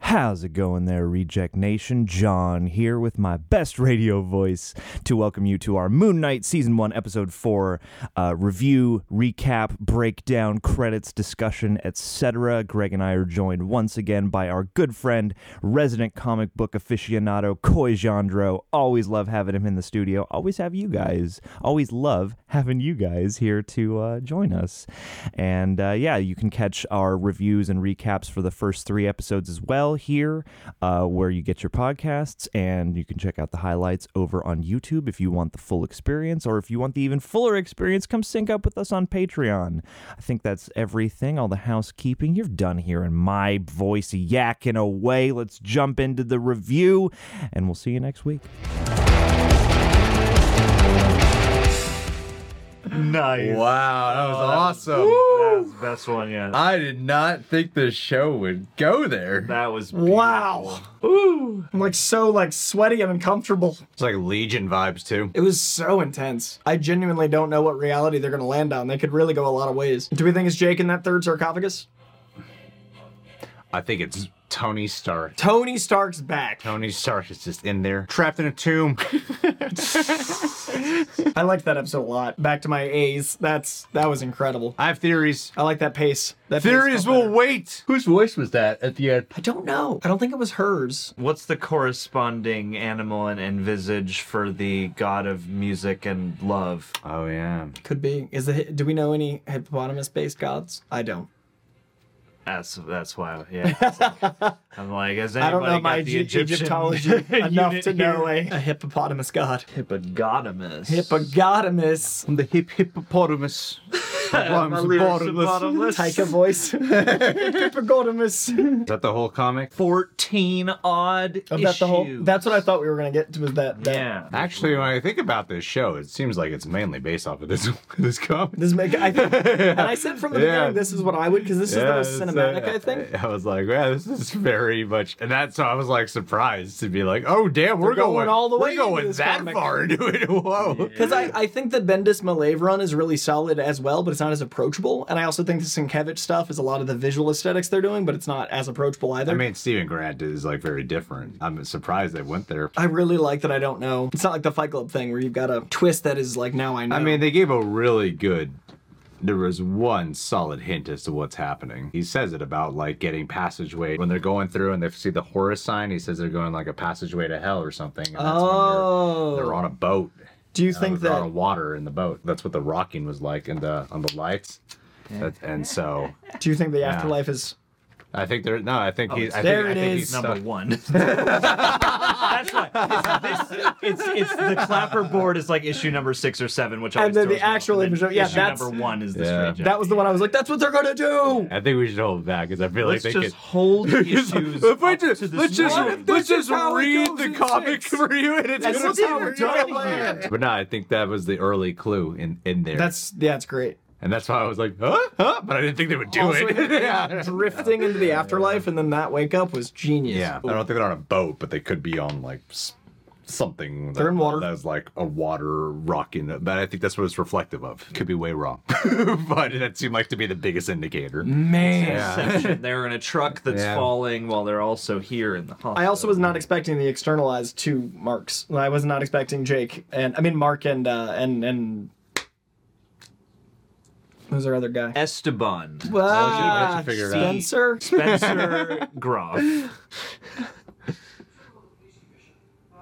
How's it going there, Reject Nation? John here with my best radio voice to welcome you to our Moon Knight Season 1, Episode 4 uh, review, recap, breakdown, credits, discussion, etc. Greg and I are joined once again by our good friend, resident comic book aficionado, Koi Jandro. Always love having him in the studio. Always have you guys. Always love having you guys here to uh, join us. And uh, yeah, you can catch our reviews and recaps for the first three episodes as well here, uh, where you get your podcasts. And you can check out the highlights over on YouTube if you want the full experience, or if you want the even fuller experience, come sync up with us on Patreon. I think that's everything, all the housekeeping. You're done hearing my voice yakking away. Let's jump into the review, and we'll see you next week. Nice. Wow, Oh, that was awesome. That's the best one yet. I did not think this show would go there. that was Wow. Ooh. I'm like so like sweaty and uncomfortable. It's like Legion vibes too. It was so intense. I genuinely don't know what reality they're gonna land on. They could really go a lot of ways. Do we think it's Jake in that third sarcophagus? I think it's Tony Stark. Tony Stark's back. Tony Stark is just in there, trapped in a tomb. I liked that episode a lot. Back to my A's. That's that was incredible. I have theories. I like that pace. That pace Theories felt will better. wait. Whose voice was that at the end? I don't know. I don't think it was hers. What's the corresponding animal and, and visage for the god of music and love? Oh yeah. Could be. Is it? Do we know any hippopotamus-based gods? I don't. That's that's why. Yeah. I'm like, has I don't anybody know got my the Egy- Egyptian Egyptology enough unit to know here? a, a hippopotamus god. Hippopotamus. Hippopotamus. I'm the hip hippopotamus. My rhymes are bottomless. Taika voice. hippopotamus. Is that the whole comic? Fourteen odd Of that the whole. issues. That's what I thought we were gonna get to. Was that? that Yeah. Actually, when I think about this show, it seems like it's mainly based off of this this comic. This make I think, and I said from the Yeah. beginning, this is what I would because this Yeah, is the most it's, cinematic. uh, I think. I was like, yeah, this is very much, and that's how I was like surprised to be like, oh damn, we're going going, all the way We're into going this that comic. far into it. Whoa. Because I, I think the Bendis Malave run is really solid as well, but it's not as approachable. And I also think the Sienkiewicz stuff is a lot of the visual aesthetics they're doing, but it's not as approachable either. I mean, Stephen Grant is like very different. I'm surprised they went there. I really like that I don't know. It's not like the Fight Club thing where you've got a twist that is like now I know. I mean, they gave a really good. There was one solid hint as to what's happening. He says it about like getting passageway when they're going through and they see the Horus sign. He says they're going like a passageway to hell or something. And that's when oh, they're, they're on a boat. do you Uh, think they're on a that? water in the boat. That's what the rocking was like in the on the lights. That- and so Do you think the afterlife is? I think there. No, I think he. I there think, I it think is. he's number stuck. one. That's why it's, this, it's it's the clapperboard is like issue number six or seven, which always And then throws the me off. actual And then image- yeah, issue that's- number one is the Yeah. strange. That was the one I was like, that's what they're gonna do. I think we should hold back because I feel Let's like just they could. hold issues. If we up just- to this let's just What if moment. let's this just is how it read goes the in comic six? for you, and it's That's gonna what's be how we're ridiculous. doing it. But no, I think that was the early clue in in there. That's yeah, that's great. and that's why I was like, huh, huh, but I didn't think they would do Also, it. yeah, drifting into the afterlife and then that wake up was genius. yeah, I don't think they're on a boat, but they could be on like s- something. They're that, in water. That was like a water rocking. But I think that's what it's reflective of. Could be way wrong, but that seemed like to be the biggest indicator. man. Inception. They're in a truck that's Yeah. falling while they're also here in the hospital. I also was not expecting the externalized two marks. I was not expecting Jake and I mean Mark and uh, and and who's our other guy? Esteban. let you Ah, figure it out. Spencer. Spencer Groff.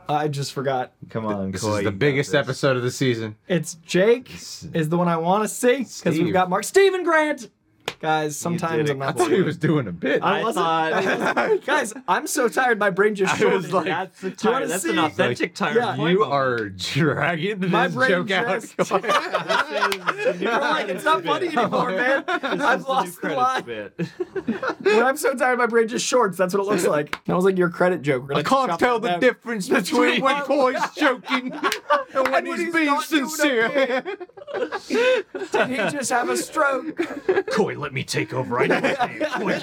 I just forgot. Come on, This Coy, is you the got biggest this. episode of the season. It's Jake is the one I want to see because we've Steve. got Mark Steven Grant. Guys, sometimes did it, I'm not. I thought he was doing a bit. I wasn't. thought- I wasn't. Guys, I'm so tired. My brain just shorted. was like, That's the you tire. wanna That's see- an authentic tire. Yeah. point You moment. are dragging this My brain joke just- out. You're like, it's not funny anymore, man. I've lost the line. When I'm so tired, my brain just shorts. That's what it looks like. That was like your credit joke. We're gonna I can't chop tell that the down. difference between when Coy's joking and when when he's, he's being not doing a sincere. Did he just have a stroke? Coy, let me take over. I know his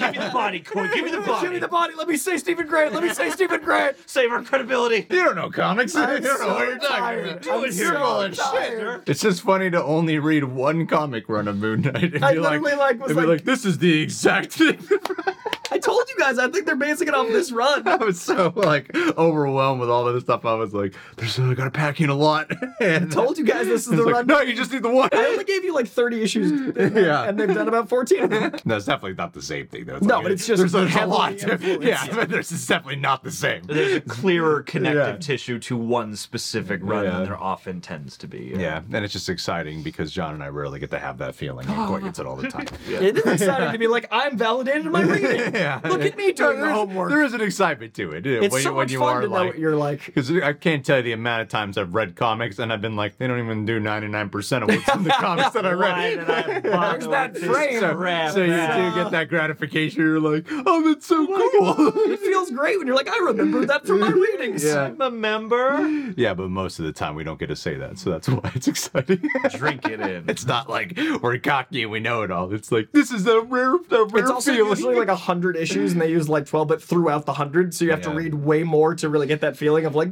name. Coy, give me the body. Coy, give me the body. Give me the body. Let me say Stephen Grant. Let me say Stephen Grant. Save our credibility. You don't know comics. you don't know what you're talking tired. about. I'm You're so full of shit. tired. It's just funny to only read one comic run of Moon Knight and I be literally, like, was and be like- like, this is the exact thing. I told you guys. I think they're basing it off this run. I was so like overwhelmed with all of this stuff. I was like, "There's I gotta pack in a lot." and Told you guys this is it's the like, run. no, you just need the one. I only gave you like 30 issues, Yeah. and they've done about 14 of them. No, it's definitely not the same thing. Though. No, like- but it's just there's, there's a heavily lot. To, influenced. yeah, but there's it's definitely not the same. There's a clearer connective Yeah. tissue to one specific run Yeah. than there often tends to be. Yeah, and it's just exciting because John and I rarely get to have that feeling. And Court gets it all the time. It is exciting to be like, I'm validated in my reading. yeah, Look at me doing the there's- homework. There is an excitement to it. It's so much fun to know what you're like. Because I can't tell you the amount of times I've read comics and I've been like, they don't even do 99% of what's in the comics that I Why read. did I bother that with this frame? So, crap? so you Yeah. do get that gratification. You're like, oh, that's so cool. It feels great when you're like, I remember that from my readings. Yeah. I'm a member. yeah, but most of the time we don't get to say that. So that's why it's exciting. Drink it in. it's not like we're cocky and we know it all. It's like, this is a rare, a rare It's also feeling. usually like 100 issues, and they use like 12, but throughout the 100, so you have to Yeah. read way more to really get that feeling of like,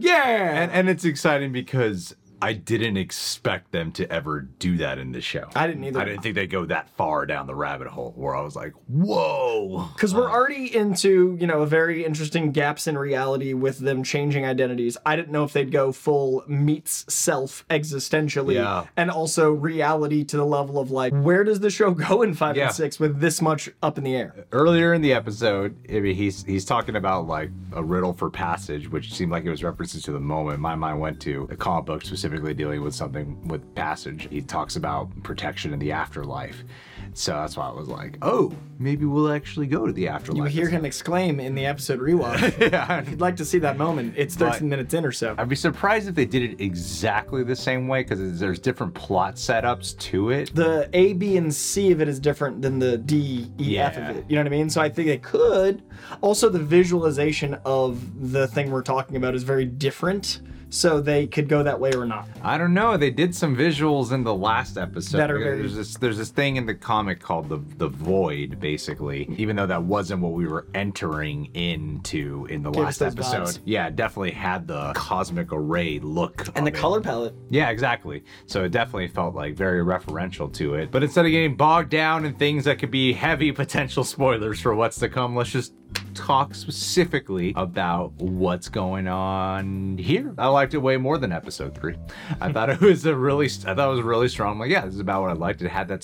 yeah. and, and it's exciting because I didn't expect them to ever do that in the show. I didn't either. I didn't think they'd go that far down the rabbit hole where I was like, whoa. Because we're already into, you know, a very interesting gaps in reality with them changing identities. I didn't know if they'd go full meets self existentially Yeah. and also reality to the level of like, where does the show go in five Yeah. and six with this much up in the air? earlier in the episode, I mean, he's he's talking about like a riddle for passage, which seemed like it was references to the moment. My mind went to a comic book specifically dealing with something with passage. He talks about protection in the afterlife, so that's why I was like, oh, maybe we'll actually go to the afterlife. You hear him exclaim in the episode rewatch. yeah. If you'd like to see that moment, it's 13 minutes in or so. I'd be surprised if they did it exactly the same way because there's different plot setups to it. The A, B, and C of it is different than the D, E, F Yeah. of it. You know what I mean? So I think they could. Also, the visualization of the thing we're talking about is very different. So they could go that way or not. I don't know. They did some visuals in the last episode. That are very- There's this there's this thing in the comic called the the void, basically. Even though that wasn't what we were entering into in the us last those episode. vibes. Yeah, it definitely had the cosmic array look. And the of it. color palette. Yeah, exactly. So it definitely felt like very referential to it. But instead of getting bogged down in things that could be heavy potential spoilers for what's to come, let's just talk specifically about what's going on here. I liked it way more than episode three. I thought it was a really, I thought it was really strong. I'm like, yeah, this is about what I liked. It had that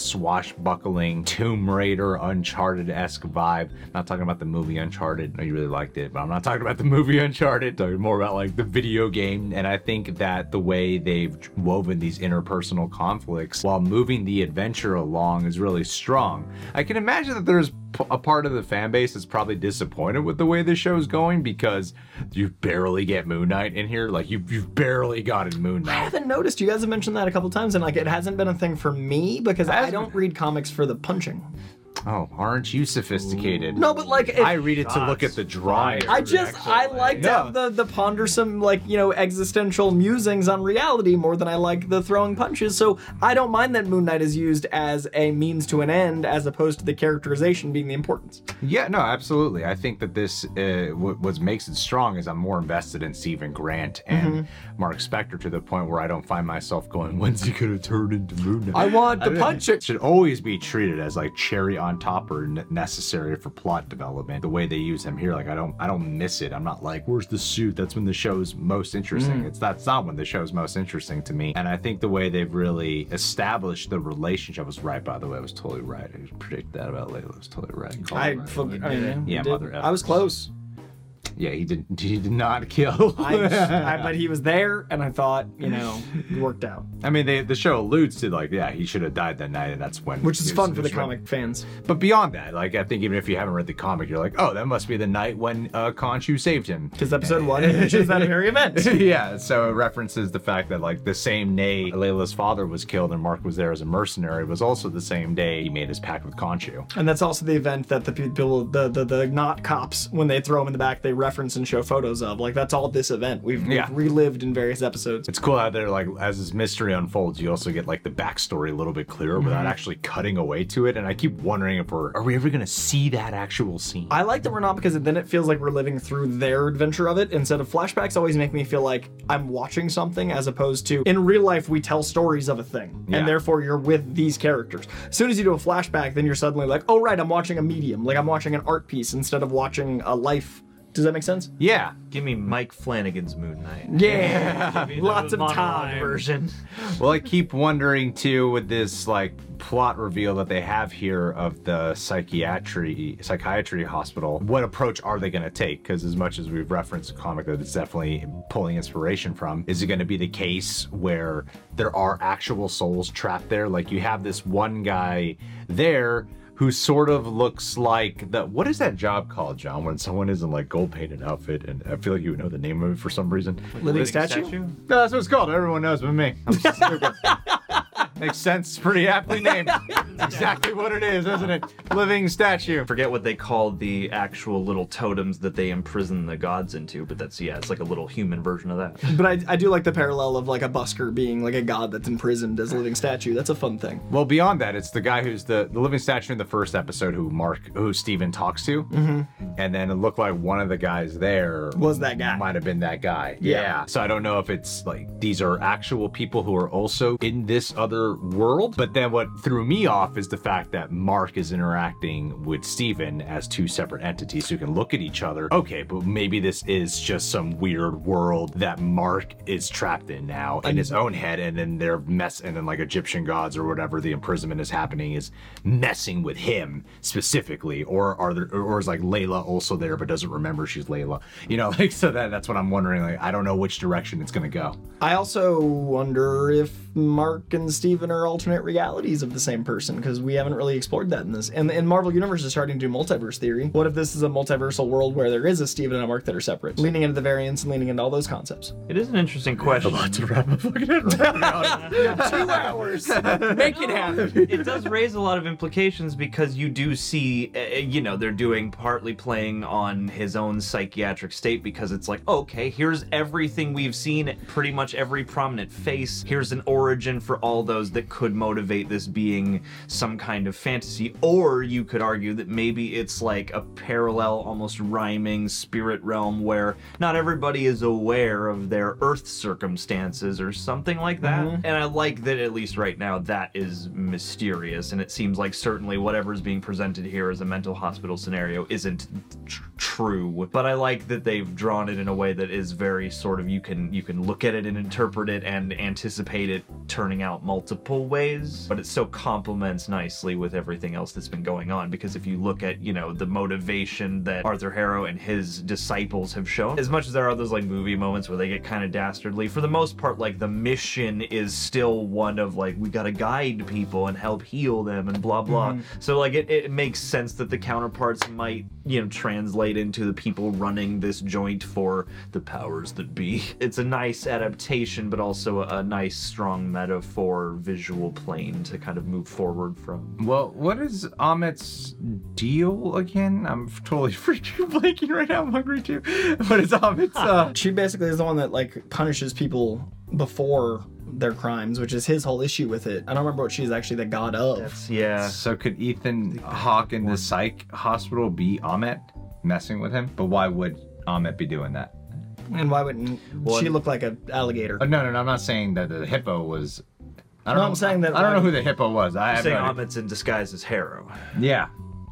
swashbuckling Tomb Raider Uncharted esque vibe. Not talking about the movie Uncharted. I really liked it, but I'm not talking about the movie Uncharted. Talking more about like the video game. And I think that the way they've woven these interpersonal conflicts while moving the adventure along is really strong. I can imagine that there's p- a part of the fan base that's probably disappointed with the way this show is going because you barely get Moon Knight in here. Like you, you've barely gotten Moon I Knight. haven't noticed. You guys have mentioned that a couple times, and like it hasn't been a thing for me because I Hasn't- don't read comics for the punching. Oh, aren't you sophisticated? No, but like if, I I, read it to look at the drawing. just I like to have the the pondersome like you know existential musings on reality more than I like the throwing punches. So I don't mind that Moon Knight is used as a means to an end as opposed to the characterization being the importance. Yeah, no, absolutely. I think that this uh, what, what makes it strong is I'm more invested in Stephen Grant and Mark Spector to the point where I don't find myself going, "When's he gonna turn into Moon Knight?" I want I to mean, punch It it. should always be treated as like cherry on top or n- necessary for plot development. The way they use him here, like I don't, I don't miss it. I'm not like, where's the suit? That's when the show's most interesting. It's that's not when the show's most interesting to me. And I think the way they've really established the relationship I was right. By the way, I was totally right. I could predict that about Layla. Oh, I was totally right. Called it I, right. fuck- I Yeah, did- mother I was effers. close. Yeah, he did. He did not kill. I, I, I, but he was there, and I thought you know it worked out, mean, they, the show alludes to like, yeah, he should have died that night, and that's when. which is it was- fun it for the was when- comic fans. But beyond that, like, I think even if you haven't read the comic, you're like, oh, that must be the night when uh, Khonshu saved him. Because episode one mentions that very event. yeah, so it references the fact that like the same day Layla's father was killed and Mark was there as a mercenary was also the same day he made his pact with Khonshu. And that's also the event that the people, the the, the not cops, when they throw him in the back, they reference and show photos of. Like that's all this event. We've, Yeah. we've relived in various episodes. It's cool how they're like, as this mystery unfolds, you also get like the backstory a little bit clearer Mm-hmm. without actually cutting away to it. And I keep wondering if we're, are we ever gonna see that actual scene? I like that we're not because then it feels like we're living through their adventure of it instead of flashbacks always make me feel like I'm watching something as opposed to in real life we tell stories of a thing Yeah. and therefore you're with these characters. As soon as you do a flashback then you're suddenly like, "Oh right, I'm watching a medium. Like I'm watching an art piece instead of watching a life." Does that make sense? yeah. Give me Mike Flanagan's Moon Knight. Yeah. Give me the Lots of monologue time. version. Well, I keep wondering too with this like plot reveal that they have here of the psychiatry psychiatry hospital. What approach are they going to take? Because as much as we've referenced a comic that it's definitely pulling inspiration from, is it going to be the case where there are actual souls trapped there? Like you have this one guy there who sort of looks like the what is that job called, John? When someone is in like gold painted outfit, and I feel like you would know the name of it for some reason. Living statue? No, that's what it's called. Everyone knows but me. I'm stupid. Makes sense. Pretty aptly named. It's exactly what it is, isn't it? Living statue. Forget what they call the actual little totems that they imprison the gods into, but that's yeah, it's like a little human version of that. But I, I do like the parallel of like a busker being like a god that's imprisoned as a living statue. That's a fun thing. Well, beyond that, it's the guy who's the, the living statue in the first episode who Mark, who Steven talks to. And then it looked like one of the guys there Mm-hmm. Was that guy. Might have been that guy. Yeah. So I don't know if it's like these are actual people who are also in this other world. But then what threw me off is the fact that Mark is interacting with Steven as two separate entities who can look at each other. Okay, but maybe this is just some weird world that Mark is trapped in now in his own head, and then they're mess and then like Egyptian gods or whatever the imprisonment is happening is messing with him specifically. Or are there or is like Layla also there but doesn't remember she's Layla? You know, like so that that's what I'm wondering. Like I don't know which direction it's gonna go. I also wonder if Mark and Steven are alternate realities of the same person because we haven't really explored that in this. And, and Marvel Universe is starting to do multiverse theory. What if this is a multiversal world where there is a Steven and a Mark that are separate, leaning into the variants and leaning into all those concepts? It is an interesting question. to wrap my fucking head Two hours. Make it happen. it does raise a lot of implications because you do see, uh, you know, they're doing partly playing on his own psychiatric state because it's like, okay, here's everything we've seen, pretty much every prominent face. Here's an origin for all those that could motivate this being some kind of fantasy. Or you could argue that maybe it's like a parallel, almost rhyming spirit realm where not everybody is aware of their earth circumstances or something like that. And I like that at least right now that is mysterious. And it seems like certainly whatever's being presented here as a mental hospital scenario isn't tr- true. But I like that they've drawn it in a way that is very sort of you can you can look at it and interpret it and anticipate it turning out multiple ways. But it still complements nicely with everything else that's been going on because if you look at you know the motivation that Arthur Harrow and his disciples have shown, as much as there are those like movie moments where they get kind of dastardly, for the most part, like the mission is still one of like we gotta guide people and help heal them and blah blah. So like it, it makes sense that the counterparts might you know translate into the people running this joint for the powers that be. It's a nice adaptation, but also a, a nice strong metaphor visual plane to kind of move forward from. Well, what is Amit's deal again? I'm totally freaking blanking right now. I'm hungry too. What is Amit's uh She basically is the one that like punishes people before their crimes, which is his whole issue with it. I don't remember what she's actually the god of. Yeah. So could Ethan Hawke in the psych hospital be Amit messing with him? But why would Amit be doing that? and why wouldn't Well, she look like an alligator? Oh, no, no, no, I'm not saying that the hippo was. I don't No, know. I'm saying that I don't know like- who the hippo was. I have Saying no idea. Ahmed's in disguise as Harrow. Yeah,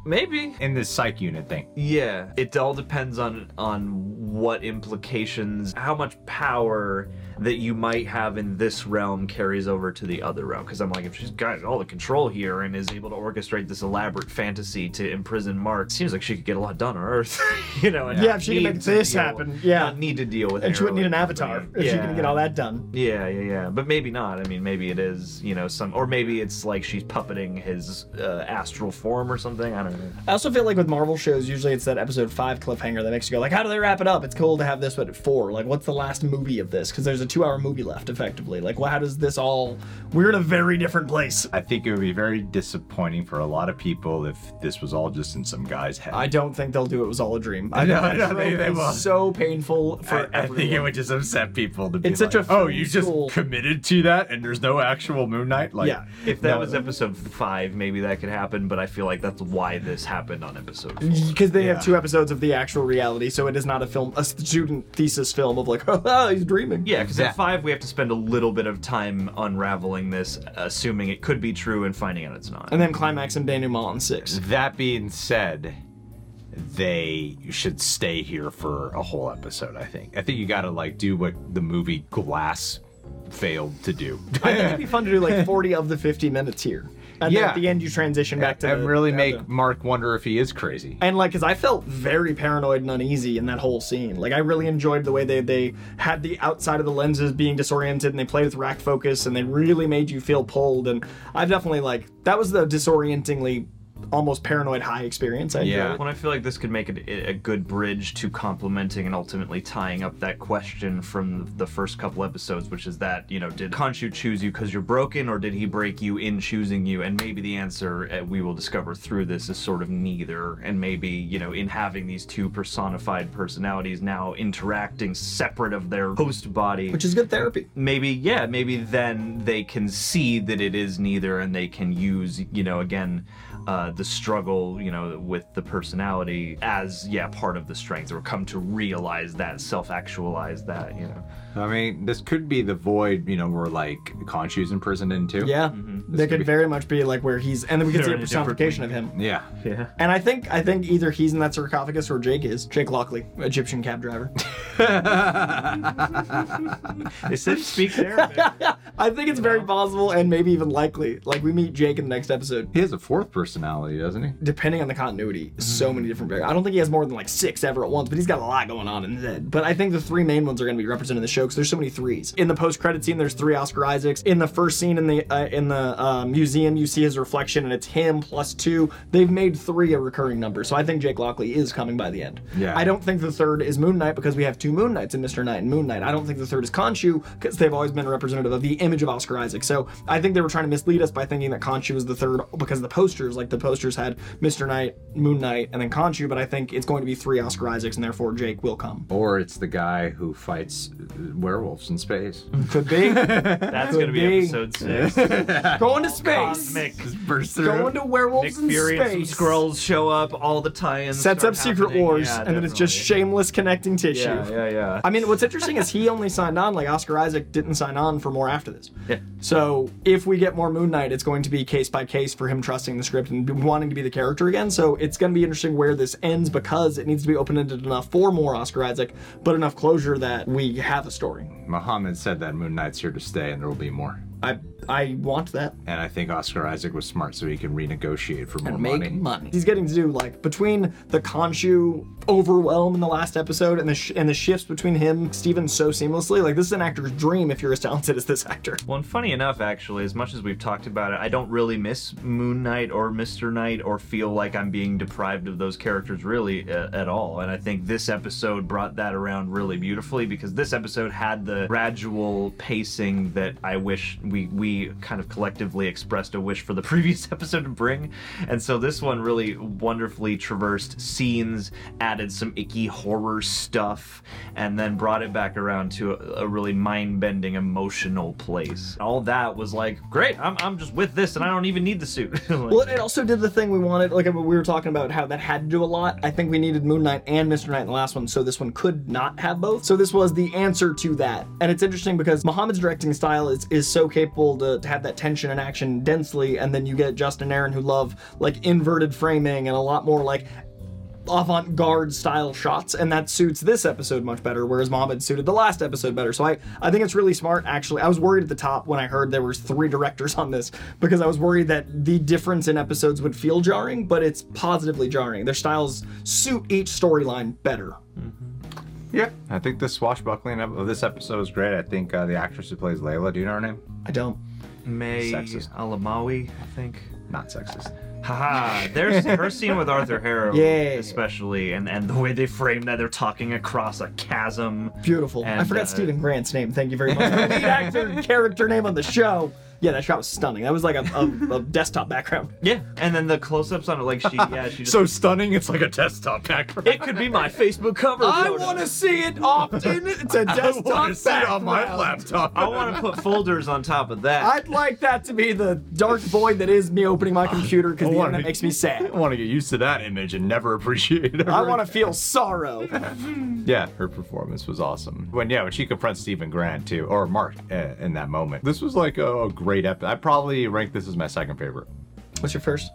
Maybe. in this psych unit thing. Yeah, it all depends on on what implications, how much power that you might have in this realm carries over to the other realm. Because I'm like, if she's got all the control here and is able to orchestrate this elaborate fantasy to imprison Mark, seems like she could get a lot done on Earth, you know? And Yeah, not if she can need make to this deal- happen, yeah. not need to deal with. and she wouldn't need an Arrow. avatar if she Yeah. can get all that done. Yeah, yeah, yeah. But maybe not. I mean, maybe it is, you know, some, or maybe it's like she's puppeting his uh, astral form or something. I don't I also feel like with Marvel shows, usually it's that episode five cliffhanger that makes you go like, how do they wrap it up? It's cool to have this, but at four, like, what's the last movie of this? Because there's a two-hour movie left, effectively. Like, well, how does this all? We're in a very different place. I think it would be very disappointing for a lot of people if this was all just in some guy's head. I don't think they'll do it was all a dream. I No, think that no, they- trope they is won't. so painful for I, I everyone. think it would just upset people to be It's like, such a "Oh, film you school." just committed to that, and there's no actual Moon Knight." Like, Yeah. If that no. was episode five, maybe that could happen, but I feel like that's why this happened on episode four. because they Yeah. have two episodes of the actual reality, so it is not a film, a student thesis film of like, oh, he's dreaming. Yeah, because at That- five, we have to spend a little bit of time unraveling this, assuming it could be true and finding out it's not. And then climax and denouement in six. that being said, they should stay here for a whole episode. I think. I think you got to like do what the movie Glass failed to do. I think it'd be fun to do like 40 of the 50 minutes here. And then Yeah. at the end, you transition back to and the- really yeah, make the- Mark wonder if he is crazy. And like, cause I felt very paranoid and uneasy in that whole scene. Like, I really enjoyed the way they they had the outside of the lenses being disoriented, and they played with rack focus, and they really made you feel pulled. And I definitely like that was the disorientingly, almost paranoid high experience. I enjoyed. Yeah. When I feel like this could make it a a good bridge to complementing and ultimately tying up that question from the first couple episodes, which is that, you know, did Khonshu choose you because you're broken or did he break you in choosing you? And maybe the answer uh, we will discover through this is sort of neither. And maybe, you know, in having these two personified personalities now interacting separate of their host body. Which is good therapy. maybe yeah maybe then they can see that it is neither and they can use you know again uh, the struggle you know with the personality as yeah part of the strength or come to realize that self-actualize that you know I mean, this could be the void, you know, where like Khonshu's imprisoned in too. Yeah, they could be- very much be like where he's, and then we could see They're a in a different personification of him. Yeah. yeah And I think I think either he's in that sarcophagus or Jake is. Jake Lockley, Egyptian cab driver. they said speak there I think it's very possible and maybe even likely. Like we meet Jake in the next episode. He has a fourth personality, doesn't he? Depending on the continuity, so many different variables. I don't think he has more than like six ever at once, but he's got a lot going on in his head. But I think the three main ones are going to be represented in the show because there's so many threes. In the post-credit scene, there's three Oscar Isaacs. In the first scene in the uh, in the uh, museum, you see his reflection, and it's him plus two. They've made three a recurring number, so I think Jake Lockley is coming by the end. Yeah. I don't think the third is Moon Knight because we have two Moon Knights in Mr. Knight and Moon Knight. I don't think the third is Khonshu because they've always been representative of the image of Oscar Isaac. So I think they were trying to mislead us by thinking that Khonshu was the third because the posters, like the posters had Mr. Knight, Moon Knight, and then Khonshu, but I think it's going to be three Oscar Isaacs and therefore Jake will come. Or it's the guy who fights uh, werewolves in space. Could be. that's gonna Could be be. episode six going to space. cosmic Just bursts through. Going to werewolves Nick in Fury and some space. scrolls show up all the tie-ins Sets start up Secret happening. Wars, Yeah, and then it's just definitely. shameless connecting tissue. yeah yeah yeah I mean, what's interesting is he only signed on, like Oscar Isaac didn't sign on for more after this. Yeah. So if we get more Moon Knight, it's going to be case by case for him trusting the script and wanting to be the character again. So it's going to be interesting where this ends because it needs to be open ended enough for more Oscar Isaac, but enough closure that we have a story. Muhammad said that Moon Knight's here to stay and there will be more. I I want that. And I think Oscar Isaac was smart so he can renegotiate for more Make money. money. He's getting to do like between the Khonshu overwhelm in the last episode and the sh- and the shifts between him and Steven so seamlessly. Like this is an actor's dream if you're as talented as this actor. Well, and funny enough, actually, as much as we've talked about it, I don't really miss Moon Knight or Mr. Knight or feel like I'm being deprived of those characters really uh, at all. And I think this episode brought that around really beautifully because this episode had the gradual pacing that I wish we we kind of collectively expressed a wish for the previous episode to bring. And so this one really wonderfully traversed scenes, added some icky horror stuff, and then brought it back around to a, a really mind-bending emotional place. All that was like, great, I'm, I'm just with this and I don't even need the suit. Like- Well, it also did the thing we wanted. Like I mean, we were talking about how that had to do a lot. I think we needed Moon Knight and Mr. Knight in the last one, so this one could not have both. So this was the answer to that. And it's interesting because Muhammad's directing style is is so capable to, to have that tension and action densely, and then you get Justin Aaron who love like inverted framing and a lot more like avant-garde style shots and that suits this episode much better whereas Mohammed suited the last episode better so I, I think it's really smart actually i was worried at the top when i heard there was three directors on this because i was worried that the difference in episodes would feel jarring but it's positively jarring their styles suit each storyline better Yeah, I think the swashbuckling of of this episode is great. I think uh, the actress who plays Layla, do you know her name? i don't May Sexist. Alamawi, I think. Not sexist. Haha, there's her scene with Arthur Harrow, Yeah. especially, and, and the way they frame that, they're talking across a chasm. Beautiful. I And, forgot uh, Stephen Grant's name. Thank you very much. The lead actor and character name on the show. Yeah, that shot was stunning. That was like a, a, a desktop background. Yeah, and then the close-ups on it, like she, yeah, she just. So stunning, it's like a desktop background. it could be my Facebook cover. I photo. want to see it often. It's a I desktop want to sit on my background. laptop. I want to put folders on top of that. I'd like that to be the dark void that is me opening my computer because the wanna internet be- makes me sad. I want to get used to that image and never appreciate it. I want to feel sorrow. Yeah, her performance was awesome. When yeah, when she confronts Stephen Grant too, or Mark uh, in that moment. This was like a, a great episode. I probably rank this as my second favorite. What's your first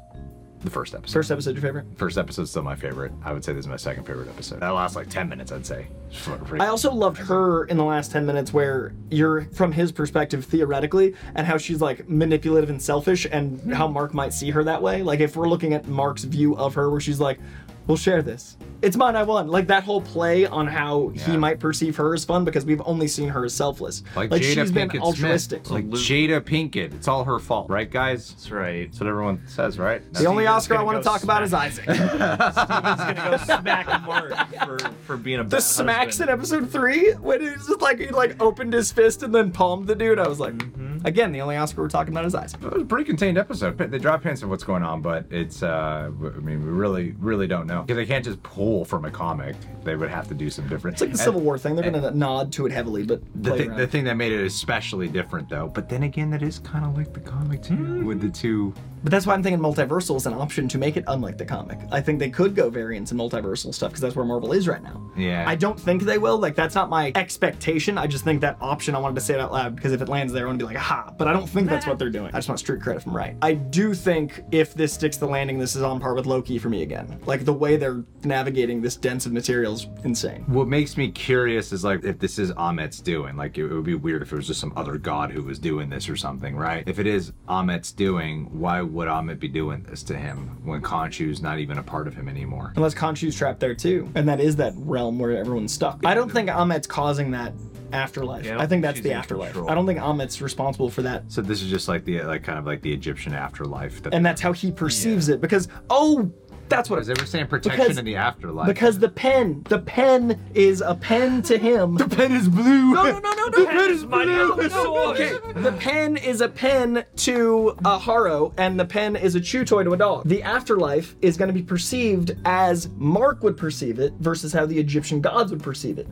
The first episode. first episode? Your favorite? First episode's still my favorite. I would say this is my second favorite episode. That lasts like ten minutes, I'd say. It's fucking pretty- I also loved her in the last 10 minutes where you're from his perspective theoretically and how she's like manipulative and selfish and how Mark might see her that way. Like if we're looking at Mark's view of her where she's like, we'll share this. It's mine, I won. Like that whole play on how he Yeah. might perceive her as fun because we've only seen her as selfless. she's been Smith. altruistic. Like Jada Pinkett. It's all her fault, right, guys? That's That's right. what everyone says, right? the only Steven's Oscar I gonna want go to talk about is smack. Isaac. He's gonna go smack Mark for, for being a The smacks in husband. episode three when it was just like he like opened his fist and then palmed the dude. I was like, Mm-hmm. again, the only Oscar we're talking about is Isaac. It was a pretty contained episode. But They drop hints of what's going on, but it's, uh, w- I mean, we really, really don't know. Because they can't just pull from a comic. They would have to do some different. It's like the Civil War thing. They're gonna nod to it heavily, but The, play thi- around. the thing that made it especially different, though. But then again, that is kind of like the comic, too. Hmm. With the two. but that's why I'm thinking multiversal is an option to make it unlike the comic. I think they could go variants and multiversal stuff because that's where Marvel is right now. Yeah. I don't think they will. Like that's not my expectation. I just think that option. I wanted to say it out loud because if it lands there, I want to be like, ha. But I don't think that's what they're doing. I just want street credit if I'm right. I do think if this sticks the landing, this is on par with Loki for me again. Like the way they're navigating this dense of materials, insane. What makes me curious is like if this is Ahmet's doing. Like it, it would be weird if it was just some other god who was doing this or something, right? If it is Ahmet's doing, why would Ahmet be doing this to him when Khonshu's not even a part of him anymore? Unless Khonshu's trapped there too. And that is that realm where everyone's stuck. I don't think Ahmet's causing that afterlife. Yeah, I I, don't think think that's she's the in afterlife. control. I don't think Ahmet's responsible for that. So this is just like the like kind of like the Egyptian afterlife. That And that's how he perceives it because, oh, that's what it because is. they were saying protection Because- in the afterlife. Because the pen, the pen is a pen to him. The pen is blue. no, no, no, no, no. pen is my own sword. Okay. The pen is a pen to a Haro, and the pen is a chew toy to a dog. The afterlife is going to be perceived as Mark would perceive it versus how the Egyptian gods would perceive it.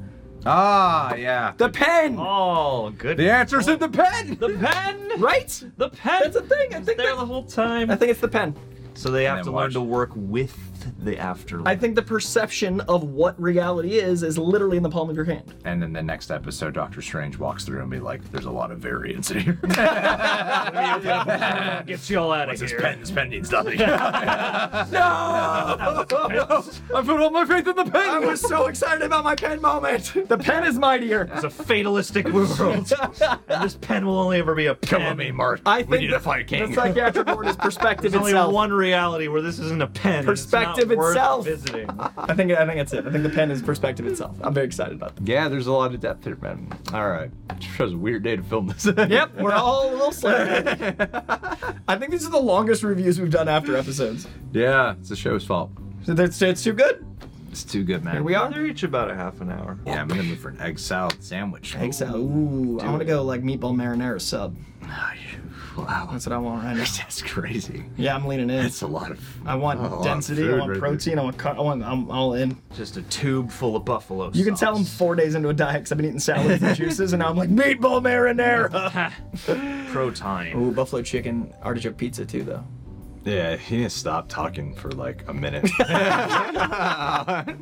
Ah, yeah. The pen, Oh, good. The answer's in the pen. The pen. right? The pen. That's a thing. I think there that, the whole time. I think it's the pen. so they have then to watch. learn to work with the afterlife. I think the perception of what reality is is literally in the palm of your hand. And then the next episode, Doctor Strange walks through and be like, "There's a lot of variance in here. Get y'all out of this here. pen, this pen means nothing." I put all my faith in the pen. I was so excited about my pen moment. The pen is mightier. It's a fatalistic world. and this pen will only ever be a pen. Come with me, Mark. I think we need to fight King. The psychiatric ward is perspective There's only itself. one reality where this isn't a pen. and it's Perspective not worth itself. Visiting. I think I think that's it. I think the pen is perspective itself. I'm very excited about that. Yeah, there's a lot of depth here, man. All right. It was a weird day to film this. Yep, we're all a little slow. I think these are the longest reviews we've done after episodes. yeah, it's the show's fault. It's, it's too good. It's too good, man. Here we are. They're each about a half an hour. Yeah, I'm gonna move for an egg salad sandwich. Egg salad. uh, Ooh, I want to go like meatball marinara sub. Wow, That's what I want right now. that's crazy. Yeah, I'm leaning in. That's a lot of. I want a lot of density. I food want right there. protein. I want. Car- I want. I'm all in. Just a tube full of buffalo. You can tell I'm four days into a diet because I've been eating salads and juices, and now I'm like meatball marinara. pro time. Ooh, buffalo chicken artichoke pizza too, though. Yeah, he didn't stop talking for like a minute.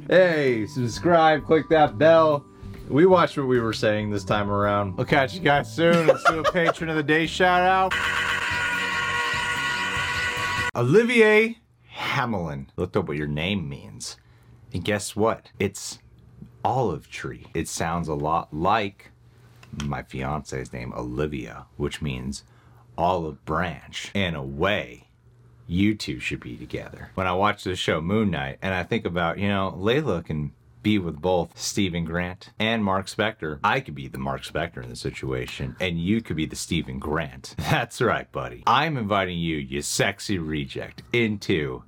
hey, subscribe, click that bell. We watched what we were saying this time around. We'll catch you guys soon. Let's do a patron of the day shout out. Olivier Hamelin looked up what your name means. And guess what? It's olive tree. It sounds a lot like my fiance's name, Olivia, which means olive branch. In a way, you two should be together. When I watch the show Moon Knight and I think about, you know, Layla can be with both Stephen Grant and Mark Spector. I could be the Mark Spector in the situation, and you could be the Stephen Grant. That's right, buddy. I'm inviting you, you sexy reject, into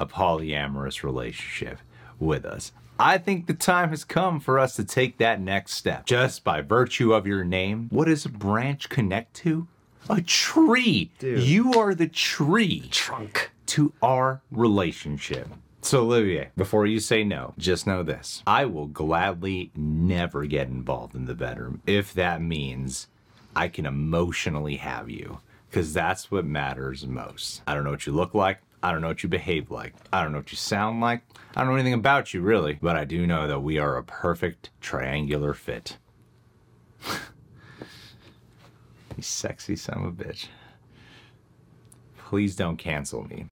a polyamorous relationship with us. I think the time has come for us to take that next step. Just by virtue of your name, what does a branch connect to? A tree. You are the tree Trunk. to our relationship. So, Olivier, before you say no, just know this. I will gladly never get involved in the bedroom if that means I can emotionally have you, because that's what matters most. I don't know what you look like. I don't know what you behave like. I don't know what you sound like. I don't know anything about you, really. But I do know that we are a perfect triangular fit. you sexy son of a bitch. Please don't cancel me.